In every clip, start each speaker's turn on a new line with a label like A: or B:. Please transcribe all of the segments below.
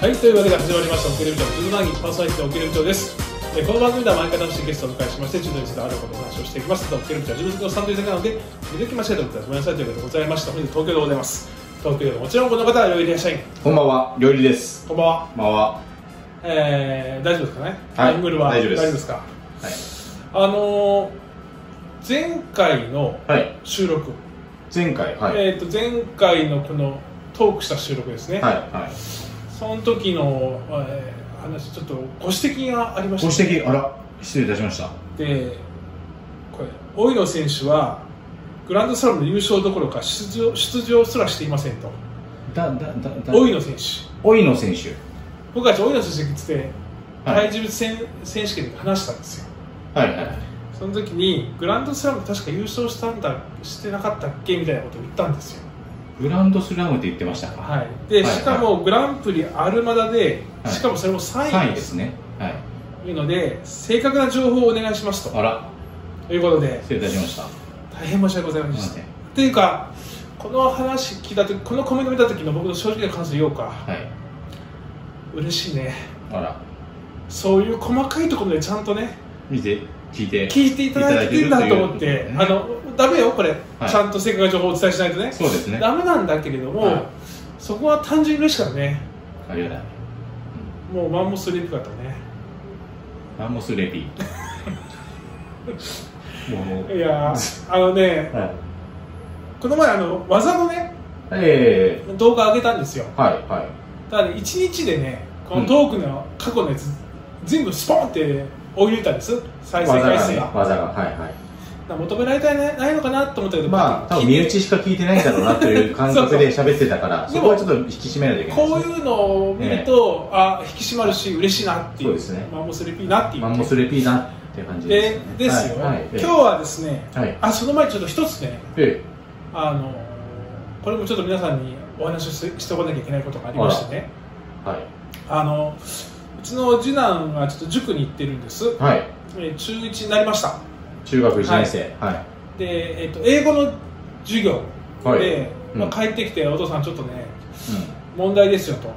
A: はい、というわけで始まりました、オケレビジョン、ズ番組パーソナリティのオケレビジョンです。えーこの番組では毎回楽しいゲストをお迎えしまして、柔道についてあることをお話をしていきます。オケレビジョン、自分のスタンドイズなので、見抜きましょうということで、ごめんなさいということでございました。本日東京でございます。東京でもちろんこの方はよいらっしゃい。
B: こんばんは、料理です。
A: こんばんは。
B: こんばんは。は
A: えー、大丈夫ですかね
B: はい
A: タイムルは
B: 大丈夫です
A: か
B: い。
A: あのー、前回の
B: はい。
A: 収録、
B: 前回、はい。
A: えっ、と、前回のこのトークした収録ですね。
B: はい。はい。
A: その時の、えー話、ちょっとご指摘がありました、
B: ご指摘、あら、失礼いたしました。
A: でこれ大野選手はグランドスラムの優勝どころか出場出場すらしていませんと
B: だ、だ、だ、だ。
A: 大野選手
B: おいの選手。
A: 僕たち大野選手について
B: は
A: 体
B: い。
A: 重別選選手権で話したんですよ
B: はい。はい。
A: その時にグランドスラム確か優勝したんだしてなかったっけみたいなことを言ったんですよ
B: グランドスラムって言ってましたか。
A: はいで
B: はい
A: しかもグランプリアルマダで
B: はい
A: しかもそれも3
B: 三
A: 位
B: 位
A: で
B: ですすね。はい。
A: というので正確な情報をお願いしますと
B: あら、
A: ということで
B: 失礼いたしました。
A: 大変申し訳ございませんでした
B: はい
A: っていうかこの話聞いた時このコメント見た時の僕の正直な感想言おうか
B: はい。
A: 嬉しいね
B: あら、
A: そういう細かいところでちゃんとね
B: 見て、聞いて。
A: 聞いていただいてるんだと思って
B: いただ
A: あ
B: いてるという
A: のダメよこれ、
B: はい
A: ちゃんと正確な情報をお伝えしないとね
B: そうですね。
A: ダメなんだけれども、
B: はい
A: そこは単純に嬉しかったね
B: ありがたい。
A: もうマンモスリープだったね
B: ラモスレ ディ。もう。
A: い やーあのね
B: はい。
A: この前あの技のね
B: え
A: 動画上げたんですよ
B: え。はい。はい。
A: ただね1日でねこのトークの過去のやつ、全部スポンって追い抜いたんです再生
B: 技
A: 回
B: が
A: 数
B: ね、
A: が
B: 技が。はい。はい。
A: なんか求められたいなないのかなと思ったけど、
B: まあ、多分身内しか聞いてないんだろうなという感覚で喋ってたから、
A: そうそ
B: そ
A: う
B: こはちょっと引き締めないといけない
A: こういうのを見ると、あ引き締まるし嬉しいなっていう
B: そうですね
A: マンモスレピーなっていう
B: マンモスレピーなっていう感じです
A: で
B: よね。
A: ですよ、
B: はいはい
A: 今日はですね、
B: はい
A: あその前にちょっと一つね
B: え
A: あのこれもちょっと皆さんにお話をしてしておかなきゃいけないことがありましてね
B: えはい。
A: あのうちの次男がちょっと塾に行ってるんです、
B: はい。
A: えー中1になりました
B: 中学1年生。は
A: で、えっと英語の授業で、
B: はい
A: まあ
B: うん
A: 帰ってきてお父さんちょっとね
B: い。
A: 問題ですよと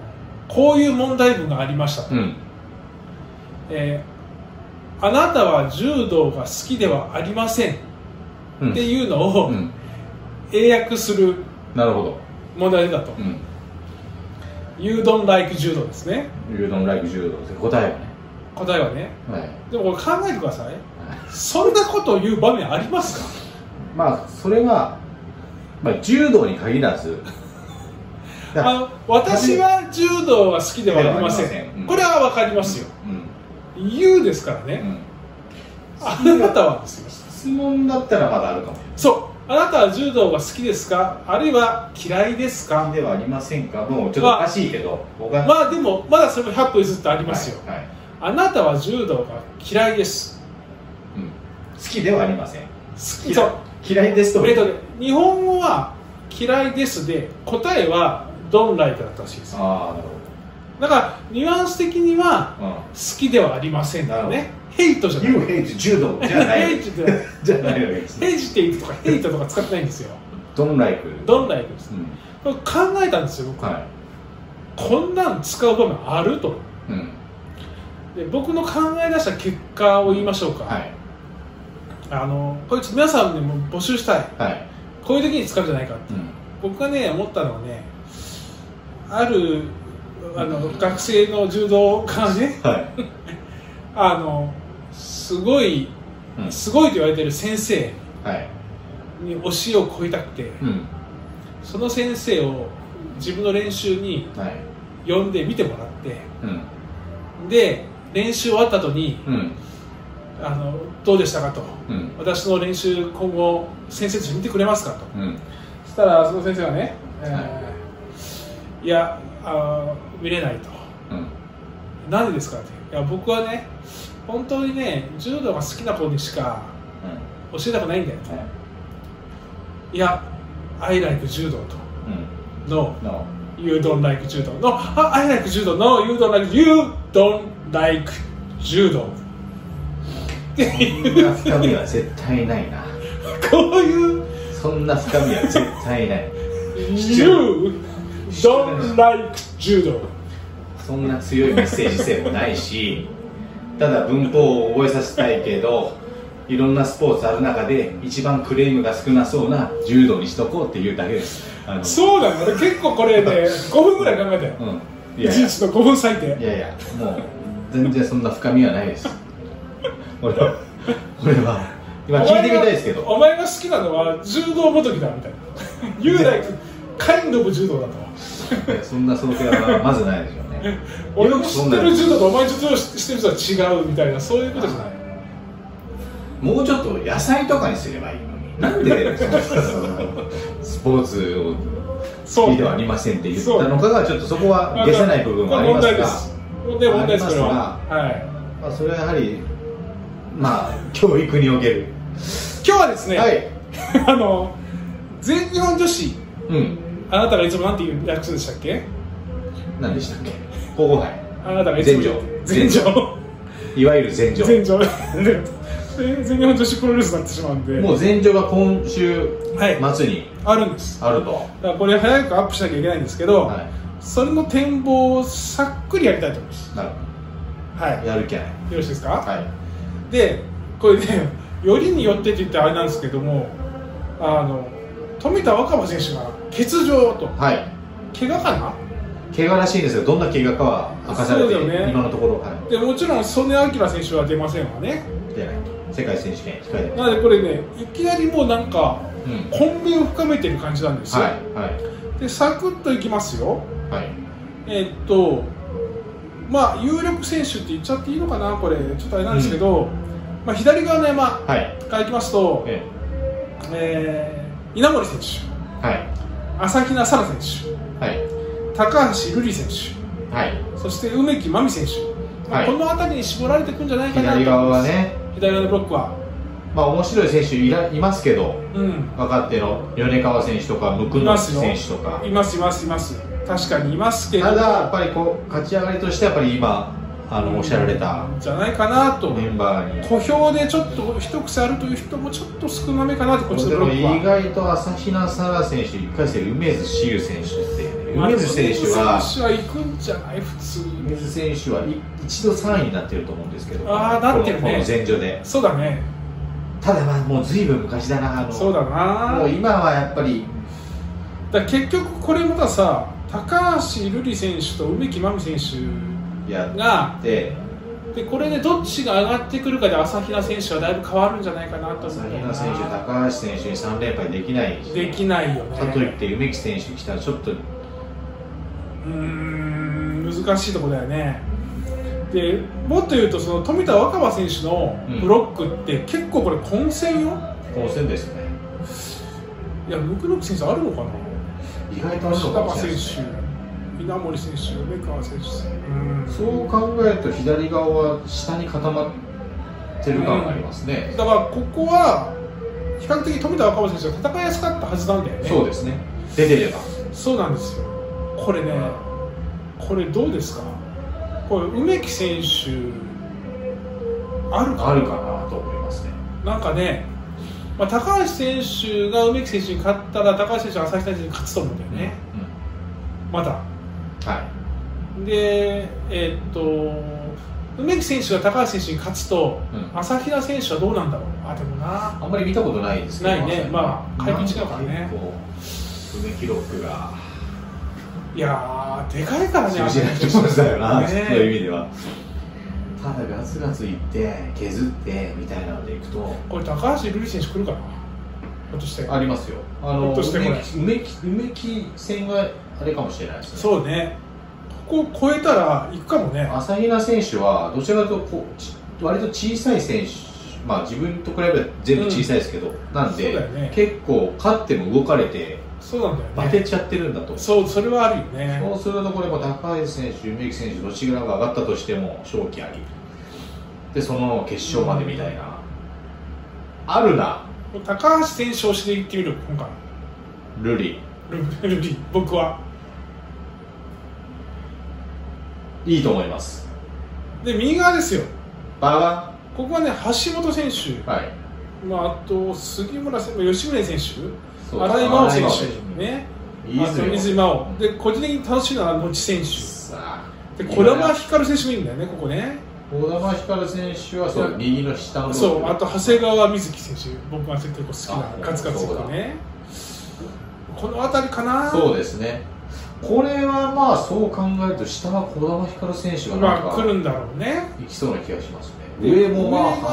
A: こういう問題文がありましたと、
B: うん。うん。
A: えーあなたは柔道が好きではありません
B: うん
A: っていうのを
B: うん。
A: 英訳する
B: なるほど。
A: 問題だと
B: うん。
A: You don't like 柔道ですね
B: 誘導ライク柔道って答えはね。
A: 答えはね
B: はい。
A: でもこれ考えてくださいそんなことを言う場面ありますか
B: まあ、それは、まあ、柔道に限らず、だ
A: あの私は柔道が好きではありません
B: ではありませんうん
A: これは分かりますよ
B: うん。
A: You ですから
B: う
A: ね、
B: ん。
A: あなたはですよ
B: 質問だったらまだあるかも。
A: そうあなたは柔道が好きですかあるいは嫌いですか
B: ではありませんかの、ちょっとおかしいけど、おかしい。
A: まあでもまだそれも100歩譲ってありますよ、
B: はいはい
A: あなたは柔道が嫌いです
B: うん好きではありません
A: 好き
B: 嫌
A: そう
B: い嫌いですとも
A: えっとね日本語は嫌いですで答えはドンライクだったらしいです
B: ああなる
A: だからニュアンス的には
B: ほど、
A: 好きではありませんだよ
B: なる
A: ねヘイトじゃ
B: うん、
A: ない
B: You hate 柔道じゃな
A: ヘ
B: い
A: イトって
B: じゃないわけですね
A: ヘイジテイクとかヘイトとか使ってないんですよ
B: ドンライク
A: ドンライクです
B: うん
A: これ考えたんですよ僕
B: は
A: こんなん使う場面あると
B: いうん
A: で僕の考え出した結果を言いましょうか、
B: はい
A: あのこれちょっと皆さんにも募集したい
B: はい
A: こういう時に使うんじゃないかって
B: うん
A: 僕がね思ったのはねあるあの学生の柔道家がね
B: はい
A: あのすごい
B: うん
A: すごいと言われてる先生
B: はい
A: に教えを超えたくて
B: うん
A: その先生を自分の練習に
B: はい
A: 呼んで見てもらって
B: うん
A: で練習終わった後に
B: うん
A: あのどうでしたかと
B: うん
A: 私の練習今後先生たち見てくれますかと
B: うん
A: そしたらその先生がね、えー、
B: はい
A: やあー見れないと
B: うん
A: なんでですかっていや僕はね本当にね柔道が好きな子にしか教えたくないんだよと
B: はい
A: いや I like 柔道と
B: うん
A: No
B: No
A: you don't like 柔道 No あ I like 柔道 No you don't like you don't like 柔道
B: そんな深みは絶対ないな
A: こういう
B: そんな深みは絶対ない
A: You don't like 柔道
B: そんな強いメッセージ性もないし、ただ文法を覚えさせたいけど、いろんなスポーツある中で、一番クレームが少なそうな柔道にしとこうっていうだけです。あの
A: そうなんだ俺結構これね5分ぐらい考えたよ
B: うん、いやい
A: 1
B: や
A: 日の5分最低
B: いやいやもう全然そんな深みはないです俺は俺は今聞いてみたいですけど
A: お前がお前が好きなのは柔道ごときだ みたいな雄大君カインドブ柔道だと
B: いやそんな想定はまずないでしょうね
A: 俺の知ってる柔道とお前柔道してる人は違うみたいなそういうことじゃない
B: もうちょっと野菜とかにすればいいのになんでそのスポーツを
A: そう
B: 好きではありませんって言ったのかがちょっとそこは消せない部分もあり
A: 問
B: ます
A: 題で
B: が
A: す問題問題です
B: あ
A: こ
B: ります
A: れ
B: が
A: ははい
B: まあ、それはやはりまあ教育における
A: 今日はですね、
B: はい
A: あの全日本女子
B: うん
A: あなたがいつもなんていう略すんでしたっけ
B: 何でしたっけ皇后杯
A: あなたがいつも全
B: 全
A: 場
B: 女いわゆる前 場
A: 全場全 全日本女子プロレスになってしまうんで
B: もう前場が今週
A: はい
B: 末に
A: あるんです
B: あると、
A: だからこれ早くアップしなきゃいけないんですけど、
B: は
A: それの展望をさっくりやりたいと思います
B: い、なる
A: はい
B: やる気ない
A: よろしいですか、
B: はい
A: で これねよりによってって言ってあれなんですけどもあの富田若葉選手が欠場と
B: はい
A: 怪我かな
B: 怪我らしいんですがどんな怪我かは明かされて、
A: そうだよね
B: 今のところは
A: でもちろん曽根明選手は出ませんわね
B: い出ない世界選手権控えてま
A: なのでこれねいきなりもうなんか
B: すうん
A: 混迷を深めてる感じなんですよ、
B: はいはい
A: でサクッといきますよ
B: はい
A: えっとまあ有力選手って言っちゃっていいのかなこれちょっとあれなんですけど、まあ、左側の山
B: はい
A: からいきますと、
B: え
A: えー稲森選手
B: えはい
A: 朝比奈沙羅選手
B: はい
A: 高橋瑠璃選手、
B: はい
A: そして梅木真美選手、まあ
B: はい
A: この辺りに絞られていくんじゃないかなと
B: 左側は、ね
A: 左側のブロックは、
B: まあ面白い選手いらいますけど
A: うん、
B: 若手の米川選手とかムク
A: い
B: ノ
A: ます
B: シ
A: よ
B: 選手とか
A: います、います、います、確かにいますけど、
B: ただやっぱりこう勝ち上がりとしてやっぱり今あのおっしゃられた
A: じゃないかなと、
B: メンバーに
A: 小評でちょっと一癖あるという人もちょっと少なめかなと、こっちの
B: で
A: ブロ
B: も
A: ッ
B: 意
A: クは。
B: 外と朝比奈沙羅選手、1回戦、梅津志優選手っていうね、
A: まあ
B: 梅津選手は、
A: 選手は行くんじゃない、普通
B: 梅津選手は一度3位になってると思うんですけど、
A: あーなってるね
B: このこの前場で、
A: そうだね、
B: ただまあ、もうずいぶん昔だな、あの
A: そうだな
B: もう、今はやっぱり、
A: だから結局、これまたさ、高橋瑠璃選手と梅木真美選
B: や
A: 手が、
B: って、
A: でこれでどっちが上がってくるかで朝比奈選手はだいぶ変わるんじゃないかなと思
B: 朝
A: う
B: 比奈選手、高橋選手に3連敗できないし、
A: できないよね
B: かといって、梅木選手に来たら、ちょっと、
A: うーん難しいところだよねでもっと言うとその富田若葉選手のブロックって結構これ混戦よ
B: 混戦ですね、
A: いやムクノク選手あるのかな
B: 意外とある
A: 吉
B: のかも
A: 高
B: し
A: 選
B: れないですね。
A: 手稲森選手梅川選手うん
B: そう考えると、左側は下に固まってる感がありますね。
A: だからここは比較的富田若葉選手が戦いやすかったはずなんだよね
B: そうですね。出てれば。
A: そうなんですよ、これね、これどうですか、これ、梅木選手、あるか
B: あるかなと思いますね。
A: なんかね、まあ、高橋選手が梅木選手に勝ったら、高橋選手は朝日選手に勝つと思うんだよね、
B: うん
A: また。
B: は
A: で、えーっと、梅木選手が高橋選手に勝つと、
B: うん
A: 朝比奈選手はどうなんだろう、あ、でもな、
B: い。あんまり見たことないですけど
A: ないねまあ解禁違うからね。
B: 結構梅記録が
A: いやー、でかいからね、
B: 通じないところだよな、
A: ね
B: そういう意味では。ただガツガツいって削ってみたいなのでいくと。
A: これ、高橋瑠璃選手来るかな、ひょっとして。
B: ありますよ。あ
A: ひょ
B: の
A: っとしてこれ
B: 梅木梅木梅木戦はあれかもしれないですね。
A: そうね、ここを超えたら行くかもね、
B: 朝比奈選手はどちらかというとこうち割と小さい選手、まあ、自分と比べれば全部小さいですけど、なん
A: そう
B: で、
A: だよね
B: 結構勝っても動かれて
A: そうなんだよ
B: バ
A: ね、
B: テちゃってるんだと、
A: そう、それはあるよね、
B: そうするとこれも高橋選手、梅木選手どちらが上がったとしても勝機ありでその決勝までみたいな、あるな
A: 高橋選手推しで行ってみる、今回、
B: ルリ
A: ルルリ、僕は。
B: いいと思います
A: で、右側ですよ、
B: バ
A: ここはね、橋本選手、
B: バはい
A: まあ、あと杉村選手、吉宗選手、
B: そう
A: 荒井真央選
B: 荒井真央選
A: 手、ね、
B: 手
A: あと水井
B: 水
A: 真央、で、個人的に楽しいのは、野地選手、
B: さあ
A: で児玉光選手もいるんだよね、ここね。
B: 小玉光選手はそう右の下の
A: そう、あと長谷川瑞希選手、僕は結構好き
B: あ
A: な、カツカツとかね。この辺りかな。
B: そうですねこれはまあそう考えると下は小玉光選手がなん
A: まあ、来
B: か
A: るんだろうね。
B: いきそうな気がしますね
A: で
B: 上もま
A: 上
B: あ橋本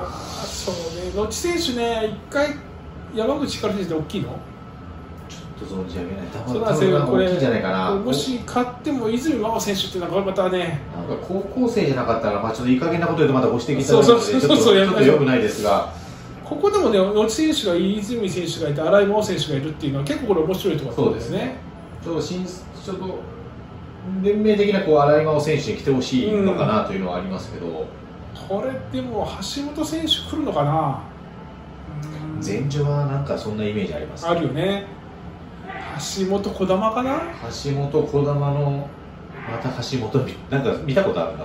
A: はそうね、ロッチ選手ね、一回、山口光選手って大きいの
B: ちょっと存じ上げない多
A: そう
B: 分
A: なんですよ
B: 多分大きいんじゃないかな
A: もし勝っても、泉真央選手っていうのは、またね、
B: なんか高校生じゃなかったら、まあ、ちょっといい加減なこと言うとまたご指摘いただ
A: そう
B: く
A: そう
B: のでちょっ
A: そ
B: と
A: うそう
B: ち
A: やめ
B: ょっ
A: ま
B: と
A: しょう
B: よくないですが
A: ここでもね、ロッチ選手がいい、泉選手がいて、荒井真央選手がいるっていうのは、結構これ、面白いところ
B: そ
A: な
B: うんで
A: ですす
B: ね
A: ね。
B: ちょっと新ちょっと連盟的なこう荒井真央選手に来てほしいのかなというのはありますけど、
A: これ、でも、橋本選手来るのかな。うん
B: 前序はなんかそんなイメージありますね
A: あるよね。橋本児玉かな
B: 橋本児玉のまた橋本みなんか見たことあるんだ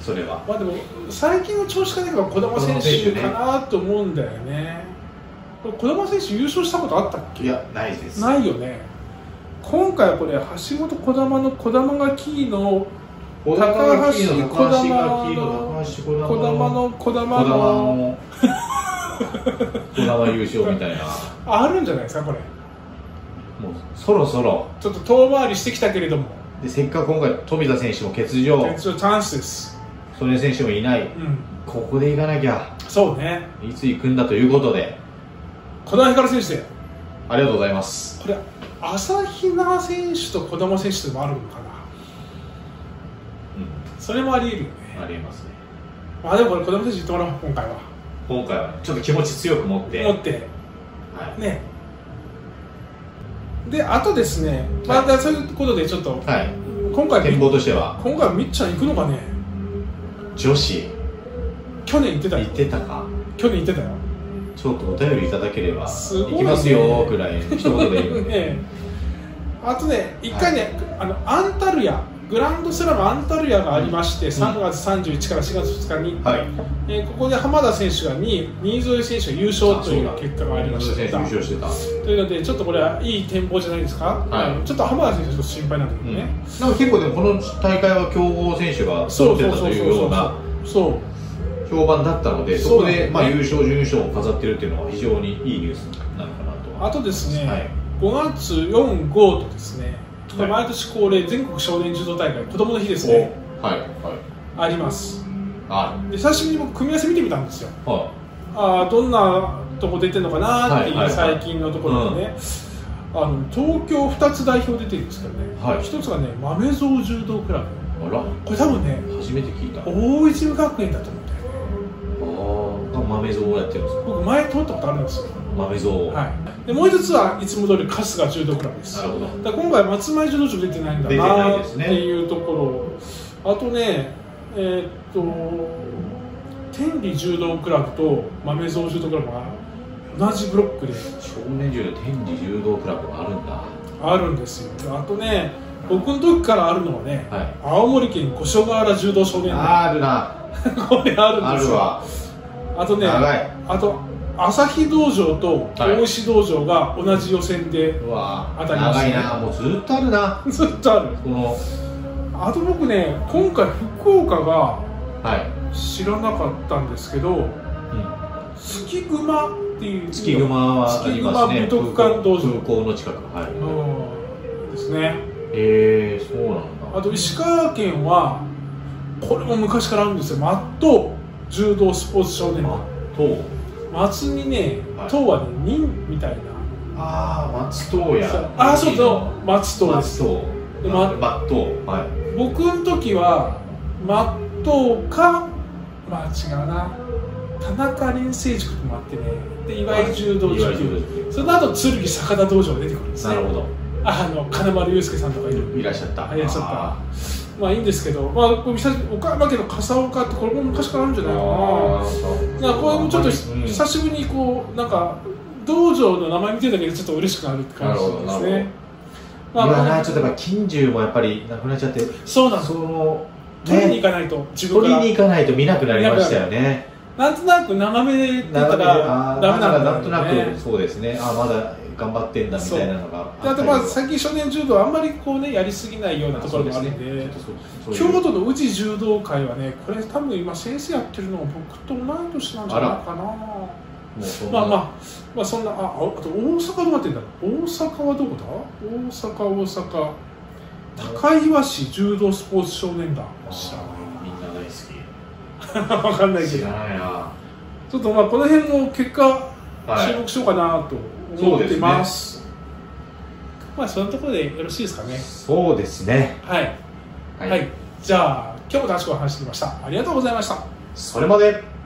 B: それは
A: まあでも最近の調子がねば児玉選手かなと思うんだよね。これ児玉選手優勝したことあったっ
B: いやないです
A: け？ないよね。今回はこれ橋本児玉の児玉がキーの
B: 小高がキーの高橋がキーの高橋
A: 児
B: 小
A: 玉
B: 玉の
A: の児
B: 小
A: 玉
B: 玉
A: の
B: の小玉優勝みたいな
A: あるんじゃないですかこれ。
B: もうそろそろ
A: ちょっと遠回りしてきたけれども、
B: でせっかく今回富田選手も欠場
A: 一応チャンスです。
B: 曽根選手もいない
A: うん。
B: ここで行かなきゃ
A: そうね。
B: いつ行くんだということで
A: 児玉光選手で
B: ありがとうございます
A: これ朝比奈選手と児玉選手でもあるのかな。
B: うん
A: それもあり得るよね。
B: ありえますね
A: まあでもこれ子供たち言ってもらおう今回は
B: 今回はちょっと気持ち強く持って、
A: 持って
B: はい
A: ねであとですねまたそういうことでちょっと、
B: はい、
A: 今回
B: 展
A: み
B: 望としては
A: 今回みっちゃん行くのかね
B: 女子
A: 去年行ってた
B: 言
A: よ
B: ってたか
A: 去年行ってたよ
B: ちょっとお便りいただければ
A: すごいね
B: 行きますよくらい一言で言 うんで、
A: ねあとね一回ね、あのアンタルヤグランドスラムアンタルヤがありまして、3月31から4月2日に、
B: はい
A: えーここで浜田選手が2位新添選手が優勝という結果がありまし
B: 選手優
A: た
B: 勝してた、
A: というので、ちょっとこれはいい展望じゃないですか、
B: はい
A: ちょっと浜田選手、ちょっと心配なんだけ
B: う
A: ど
B: ん、
A: ね、
B: なんか結構でもこの大会は強豪選手が
A: そ
B: 揃っ
A: う
B: て
A: そう
B: たと
A: そう
B: い
A: そう
B: ような
A: うそう、
B: 評判だったのでそ
A: そう
B: こ
A: なんです
B: で
A: ね
B: まあ優勝準優勝を飾ってるっていうのは非常にいいニュースなのかなと
A: あとですね、
B: はい
A: 5月4、5とですね、これ
B: はい
A: 毎年恒例、全国少年柔道大会、子どもの日ですね、
B: おはいはい
A: あります、
B: は
A: で久しぶりに僕、組み合わせ見てみたんですよ、
B: いは
A: あーどんなとこ出てるのかなってい、
B: はいうはいはい
A: 最近のところでね、あの東京2つ代表出てるんですけどね、
B: はい
A: 1つがね、豆蔵柔道クラブ、
B: いあら
A: これ、多分ね、
B: 初めて聞いたあ
A: 大泉学園だと思うんだよね。
B: あ豆蔵をやってるんですか
A: 僕前通ったことあるんですよ、
B: 豆蔵い
A: はい、でもう一つはいつも通り春日柔道クラブです
B: な
A: だ
B: る
A: か
B: ほど
A: ら今回松前柔道場出てないんだ
B: 出てない
A: な
B: で
A: っ
B: す
A: て
B: ね
A: いうところあとねえーっと天理柔道クラブと豆蔵柔道クラブが同じブロックで
B: 少年柔道天理柔道クラブがあるんだ
A: あるんですよあとね僕の時からあるのはね、
B: はい
A: 青森県五所川原柔道少年団
B: あるな
A: これあるん
B: あ
A: です
B: る
A: よ
B: わ
A: あとね
B: 長い
A: あと朝日道場と大石道場が同じ予選で、
B: うわ
A: 当たります
B: 長
A: ね
B: いなもうずっとあるな
A: ずっとある
B: この
A: あと僕ね今回福岡が
B: は
A: 知らなかったんですけど
B: い、
A: 月熊っていう
B: 月熊はありますね
A: 月熊武徳館道場
B: 空港の近くはい、
A: うんですね
B: へえそうなん
A: あ
B: だ
A: と石川県はこれも昔からあるんですよマット柔道スポーツ少年団
B: と
A: 松にね
B: はい
A: 東はね忍みたいな
B: ああ松任谷
A: ああそうそう松東
B: 松任
A: で
B: 谷
A: す
B: そう
A: でま
B: 松任谷はい
A: 僕の時はマットかまあ違うな田中林成塾もあってねで岩井柔道
B: いわ
A: 中
B: ゆ
A: 級
B: る
A: その後剣坂田道場が出てくるんです
B: な
A: ね
B: るほ
A: あの金丸雄介さんとかいる
B: どいらっしゃった
A: いらっしゃった
B: あー
A: まあいいんですけどまあこれ久しぶり岡山県の笠岡ってこれも昔からあるんじゃないか
B: あー
A: ななんかこれもちょっとひ
B: うん
A: 久しぶりにこうなんか道場の名前見てるだけでちょっと嬉しくなるって感じ
B: な
A: です
B: るほどなる
A: ねまあ
B: 今な
A: まあ
B: ちょっとやっぱ近所もやっぱりなくなっちゃって
A: そうなんです
B: その
A: 取りに
B: ね
A: 行かないと自分
B: 取
A: から
B: りに行かないと見なくなりましたよね
A: なんとなく眺めてたら
B: な
A: ダメなんだ
B: な
A: ろ
B: ん
A: う
B: とな
A: ね
B: くそうですねあまだ頑張ってんだみたいなのが
A: であとまあ最近少年柔道はあんまりこうねやりすぎないようなところもあるんで京都の宇治柔道会はねこれ多分今先生やってるのが僕と同い年なんじゃないかなまあま
B: あ
A: あ、まあ、そんなあああと大阪どうなってんだ大阪はどこだ大阪大阪高岩市柔道スポーツ少年団知ら
B: みんな大
A: な
B: 好
A: い分かんない
B: き
A: け
B: 知
A: ど
B: らないな
A: ちょっとまあこの辺も結果
B: は
A: 注
B: い
A: 目しようかなと思ってます,、まあそのところでよろしいですかね
B: そうですね
A: はい、はい、じゃあ今日も楽しくお話ししてきましたありがとうございました
B: それまで